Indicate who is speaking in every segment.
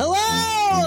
Speaker 1: Hello,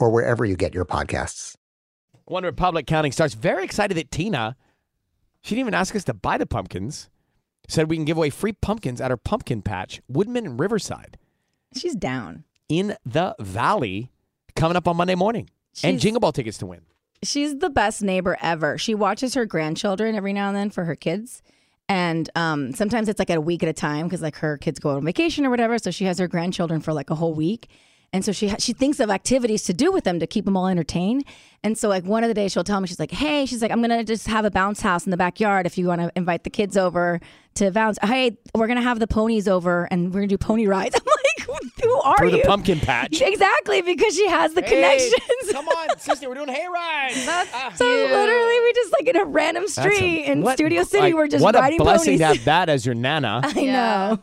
Speaker 2: or wherever you get your podcasts.
Speaker 3: One Republic Counting Stars. Very excited that Tina, she didn't even ask us to buy the pumpkins. Said we can give away free pumpkins at her pumpkin patch, Woodman and Riverside,
Speaker 4: She's down.
Speaker 3: in the Valley, coming up on Monday morning. and
Speaker 4: She's-
Speaker 3: Jingle Ball tickets to win.
Speaker 4: She's the best neighbor ever. She watches her grandchildren every now and then for her kids. And um, sometimes it's like a week at a time because like her kids go on vacation or whatever. So she has her grandchildren for like a whole week. And so she ha- she thinks of activities to do with them to keep them all entertained. And so like one of the days she'll tell me she's like, "Hey, she's like, I'm gonna just have a bounce house in the backyard if you want to invite the kids over to bounce. Hey, we're gonna have the ponies over and we're gonna do pony rides." I'm like, "Who are
Speaker 3: Through
Speaker 4: you?"
Speaker 3: the pumpkin patch.
Speaker 4: Exactly because she has the connections.
Speaker 3: Come on, sister, we're doing hay rides.
Speaker 4: So literally, we just like in a random street in Studio City, we're just
Speaker 3: what
Speaker 4: riding
Speaker 3: a blessing
Speaker 4: ponies.
Speaker 3: to have that as your nana.
Speaker 4: I know.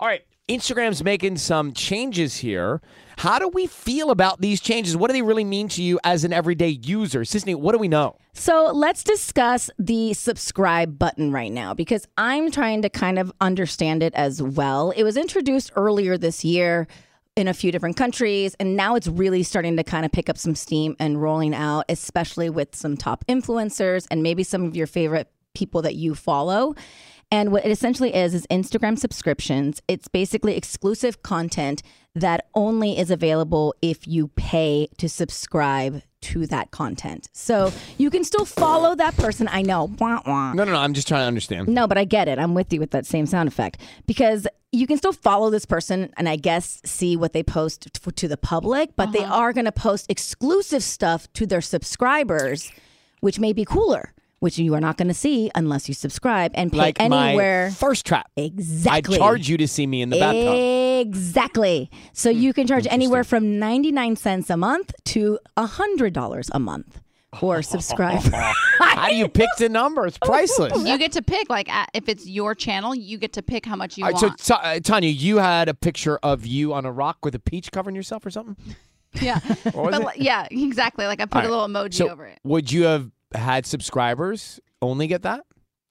Speaker 3: All right, Instagram's making some changes here. How do we feel about these changes? What do they really mean to you as an everyday user? Sisney, what do we know?
Speaker 4: So let's discuss the subscribe button right now because I'm trying to kind of understand it as well. It was introduced earlier this year in a few different countries, and now it's really starting to kind of pick up some steam and rolling out, especially with some top influencers and maybe some of your favorite people that you follow. And what it essentially is is Instagram subscriptions. It's basically exclusive content that only is available if you pay to subscribe to that content. So you can still follow that person. I know. Wah, wah.
Speaker 3: No, no, no. I'm just trying to understand.
Speaker 4: No, but I get it. I'm with you with that same sound effect because you can still follow this person and I guess see what they post f- to the public, but they
Speaker 3: Uh-huh.
Speaker 4: are going to post exclusive stuff to their subscribers, which may be cooler, which you are not going to see unless you subscribe and pay
Speaker 3: Like
Speaker 4: anywhere.
Speaker 3: my first trap.
Speaker 4: exactly.
Speaker 3: I charge you to see me in the bathtub. Hmm.
Speaker 4: Exactly. So you can charge anywhere from 99 cents a month to $100 a month for subscribe.
Speaker 3: How do you pick the number? It's priceless.
Speaker 5: You get to pick, like, at, if it's your channel, you get to pick how much you
Speaker 3: All right, so
Speaker 5: want.
Speaker 3: Ta- uh, Tanya, you had a picture of you on a rock with a peach covering yourself or something.
Speaker 5: yeah.
Speaker 3: What was
Speaker 5: But,
Speaker 3: it?
Speaker 5: like, yeah, exactly. Like, I put
Speaker 3: All right.
Speaker 5: a little emoji
Speaker 3: So
Speaker 5: over it.
Speaker 3: would you have had subscribers only get that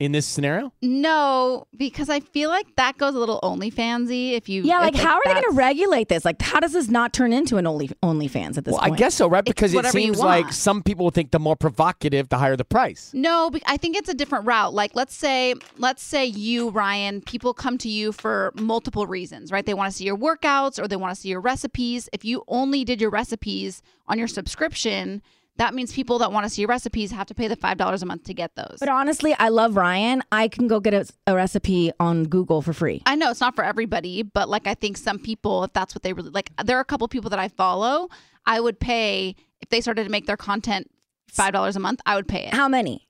Speaker 3: in this scenario?
Speaker 5: No, because I feel like that goes a little OnlyFansy if you.
Speaker 4: Yeah,
Speaker 5: if,
Speaker 4: like how are they going to
Speaker 5: that's-
Speaker 4: regulate this? Like, how does this not turn into an Only OnlyFans at this
Speaker 3: well,
Speaker 4: point?
Speaker 3: I guess so, right?
Speaker 5: It's
Speaker 3: Because it
Speaker 5: whatever you
Speaker 3: seems like
Speaker 5: want.
Speaker 3: some people think the more provocative, the higher the price.
Speaker 5: No, be- I think it's a different route. Like let's say let's say you Ryan, people come to you for multiple reasons, right? They want to see your workouts or they want to see your recipes. If you only did your recipes on your subscription, that means people that want to see your recipes have to pay the $5 a month to get those.
Speaker 4: But honestly, I love Ryan. I can go get a, a recipe on Google for free.
Speaker 5: I know it's not for everybody, but like I think some people if that's what they really like there are a couple people that I follow, I would pay if they started to make their content $5 a month, I would pay it.
Speaker 4: How many?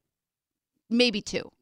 Speaker 5: Maybe two.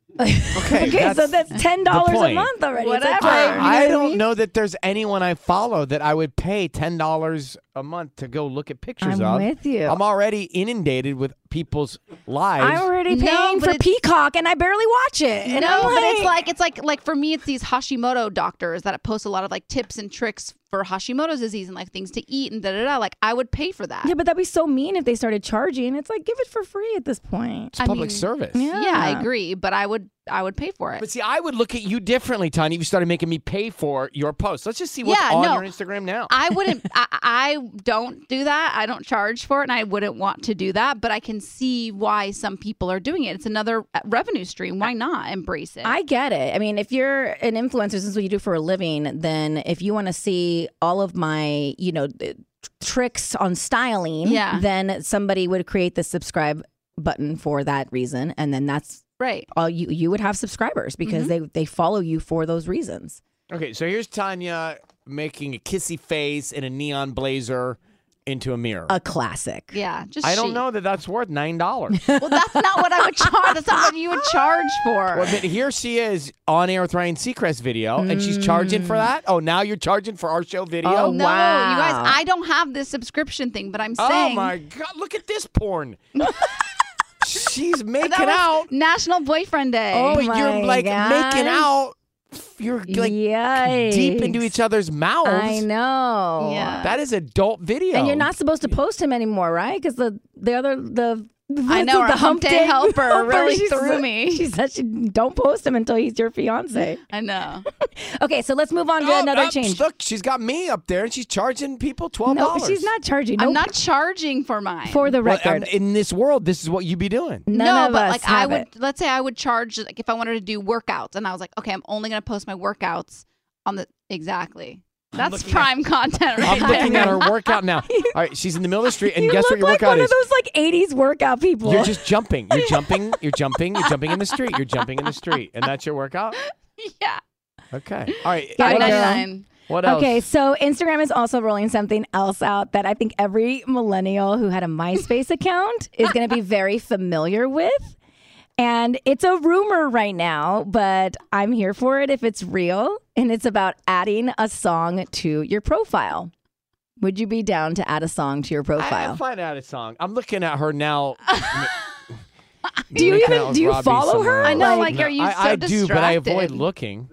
Speaker 3: Okay,
Speaker 4: so
Speaker 3: that's
Speaker 4: that's ten dollars a
Speaker 3: point.
Speaker 4: month already. It's
Speaker 5: Whatever.
Speaker 4: like, you
Speaker 5: I-
Speaker 4: know
Speaker 3: I
Speaker 4: what
Speaker 3: don't
Speaker 4: mean?
Speaker 3: know that there's anyone I follow that I would pay ten dollars a month to go look at pictures
Speaker 4: I'm
Speaker 3: of.
Speaker 4: with you.
Speaker 3: I'm already inundated with people's
Speaker 4: I'm
Speaker 3: lives.
Speaker 4: already
Speaker 5: No,
Speaker 4: paying
Speaker 5: but
Speaker 4: for
Speaker 5: it's-
Speaker 4: Peacock and I barely watch it. And
Speaker 5: no,
Speaker 4: I'm
Speaker 5: um, but it's like it's like like for me, it's these Hashimoto doctors that post a lot of like tips and tricks for Hashimoto's disease and like things to eat and da da da. Like I would pay for that.
Speaker 4: Yeah, but that'd be so mean if they started charging. It's like give it for free at this point.
Speaker 3: It's public service.
Speaker 5: yeah. I agree, but I would I would pay for it.
Speaker 3: But see, I would look at you differently, Tanya, if you started making me pay for your posts. Let's just see what's
Speaker 5: Yeah,
Speaker 3: on
Speaker 5: no.
Speaker 3: your Instagram now.
Speaker 5: I wouldn't. I, I don't do that. I don't charge for it, and I wouldn't want to do that. But I can see why some people are doing it. It's another uh, revenue stream. Why not embrace it?
Speaker 4: I get it. I mean, if you're an influencer, since what you do for a living, then if you want to see all of my, you know, th- tricks on styling,
Speaker 5: Yeah.
Speaker 4: then somebody would create the subscribe button for that reason, and then that's
Speaker 5: right.
Speaker 4: all you you would have subscribers because
Speaker 5: Mm-hmm.
Speaker 4: they they follow you for those reasons.
Speaker 3: okay, so here's Tanya making a kissy face in a neon blazer into a mirror.
Speaker 4: A classic.
Speaker 5: Yeah. Just
Speaker 3: I don't
Speaker 5: she.
Speaker 3: know that that's worth nine dollars.
Speaker 5: Well, that's not what I would charge. That's not what you would charge for.
Speaker 3: Well, but here she is on air with Ryan Seacrest video, and she's charging for that. Oh, now you're charging for our show video.
Speaker 4: Oh,
Speaker 5: no, you
Speaker 4: Wow.
Speaker 5: guys, I don't have this subscription thing, but I'm
Speaker 3: Oh,
Speaker 5: saying
Speaker 3: my God! Look at this porn. she's making
Speaker 5: that was
Speaker 3: out.
Speaker 5: National Boyfriend Day.
Speaker 4: Oh,
Speaker 3: but you're
Speaker 4: my
Speaker 3: like making
Speaker 4: gosh.
Speaker 3: out. You're like deep into
Speaker 4: Yikes.
Speaker 3: each other's mouths.
Speaker 4: I know.
Speaker 5: Yeah.
Speaker 3: Oh, That is adult video.
Speaker 4: And you're not supposed to post him anymore, right? Because the the other the
Speaker 5: I know,
Speaker 4: the Oh,
Speaker 5: our hump day helper really
Speaker 4: she
Speaker 5: threw
Speaker 4: said-
Speaker 5: me.
Speaker 4: She said she don't post him until he's your fiance.
Speaker 5: I know.
Speaker 4: Okay, so let's move on to
Speaker 3: Oh,
Speaker 4: another
Speaker 3: oh,
Speaker 4: change.
Speaker 3: Look, she's got me up there, and she's charging people twelve
Speaker 4: No,
Speaker 3: dollars.
Speaker 4: she's not charging.
Speaker 5: I'm
Speaker 4: Nope.
Speaker 5: not charging for mine.
Speaker 4: for the
Speaker 3: Well,
Speaker 4: record.
Speaker 3: I'm- in this world, this is what you be doing.
Speaker 4: None
Speaker 5: no,
Speaker 4: of
Speaker 5: but
Speaker 4: us
Speaker 5: like I
Speaker 4: have
Speaker 5: would,
Speaker 4: it.
Speaker 5: let's say I would charge like if I wanted to do workouts, and I was like, okay, I'm only gonna post my workouts on the exactly. That's prime content right
Speaker 3: I'm looking
Speaker 5: there.
Speaker 3: at her workout now. All right, she's in the middle of the street, and
Speaker 4: you
Speaker 3: guess what
Speaker 4: look
Speaker 3: your
Speaker 4: like
Speaker 3: workout
Speaker 4: one
Speaker 3: is?
Speaker 4: of those like '80s workout people.
Speaker 3: You're just jumping. You're jumping. You're jumping. You're jumping in the street. You're jumping in the street, and that's your workout.
Speaker 5: yeah,
Speaker 3: Okay. All right.
Speaker 4: Got
Speaker 3: What
Speaker 4: it,
Speaker 3: else?
Speaker 4: girl.
Speaker 5: 99.
Speaker 3: What else?
Speaker 4: Okay, so Instagram is also rolling something else out that I think every millennial who had a MySpace account is going to be very familiar with. And it's a rumor right now, but I'm here for it if it's real. And it's about adding a song to your profile. Would you be down to add a song to your
Speaker 3: I, I
Speaker 4: profile?
Speaker 3: find out a song. I'm looking at her now.
Speaker 4: Do you even- do you follow her?
Speaker 5: I know,
Speaker 4: Like-
Speaker 5: like, are you
Speaker 3: I,
Speaker 5: so
Speaker 3: I
Speaker 5: distracted?
Speaker 3: do, but I avoid looking.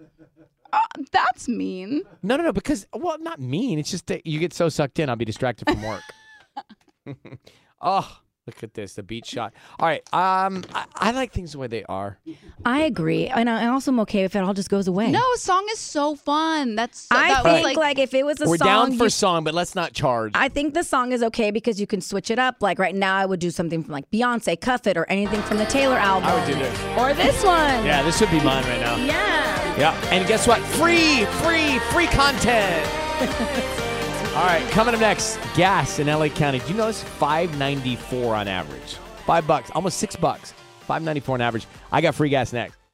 Speaker 5: That's mean.
Speaker 3: No, no, no. Because well, not mean. It's just that you get so sucked in. I'll be distracted from work. oh, look at this. The beat shot. All right. Um, I, I like things the way they are.
Speaker 4: I agree. And I I also am okay if it all just goes away.
Speaker 5: No, a song is so fun. That's so,
Speaker 4: I
Speaker 5: that
Speaker 4: think
Speaker 5: was
Speaker 4: like,
Speaker 5: like,
Speaker 4: if it was a
Speaker 3: We're
Speaker 4: song
Speaker 3: down for
Speaker 4: you
Speaker 3: song, but let's not charge.
Speaker 4: I think the song is okay because you can switch it up. Like right now, I would do something from like Beyonce, Cuff It, or anything from the Taylor album.
Speaker 3: I would do this.
Speaker 4: Or this one.
Speaker 3: Yeah, this should be mine right now.
Speaker 4: Yeah.
Speaker 3: Yeah, and guess what? Free, free, free content. All right, coming up next, gas in LA County. Do you know it's five ninety four on average? Five bucks, almost six bucks. Five ninety four on average. I got free gas next.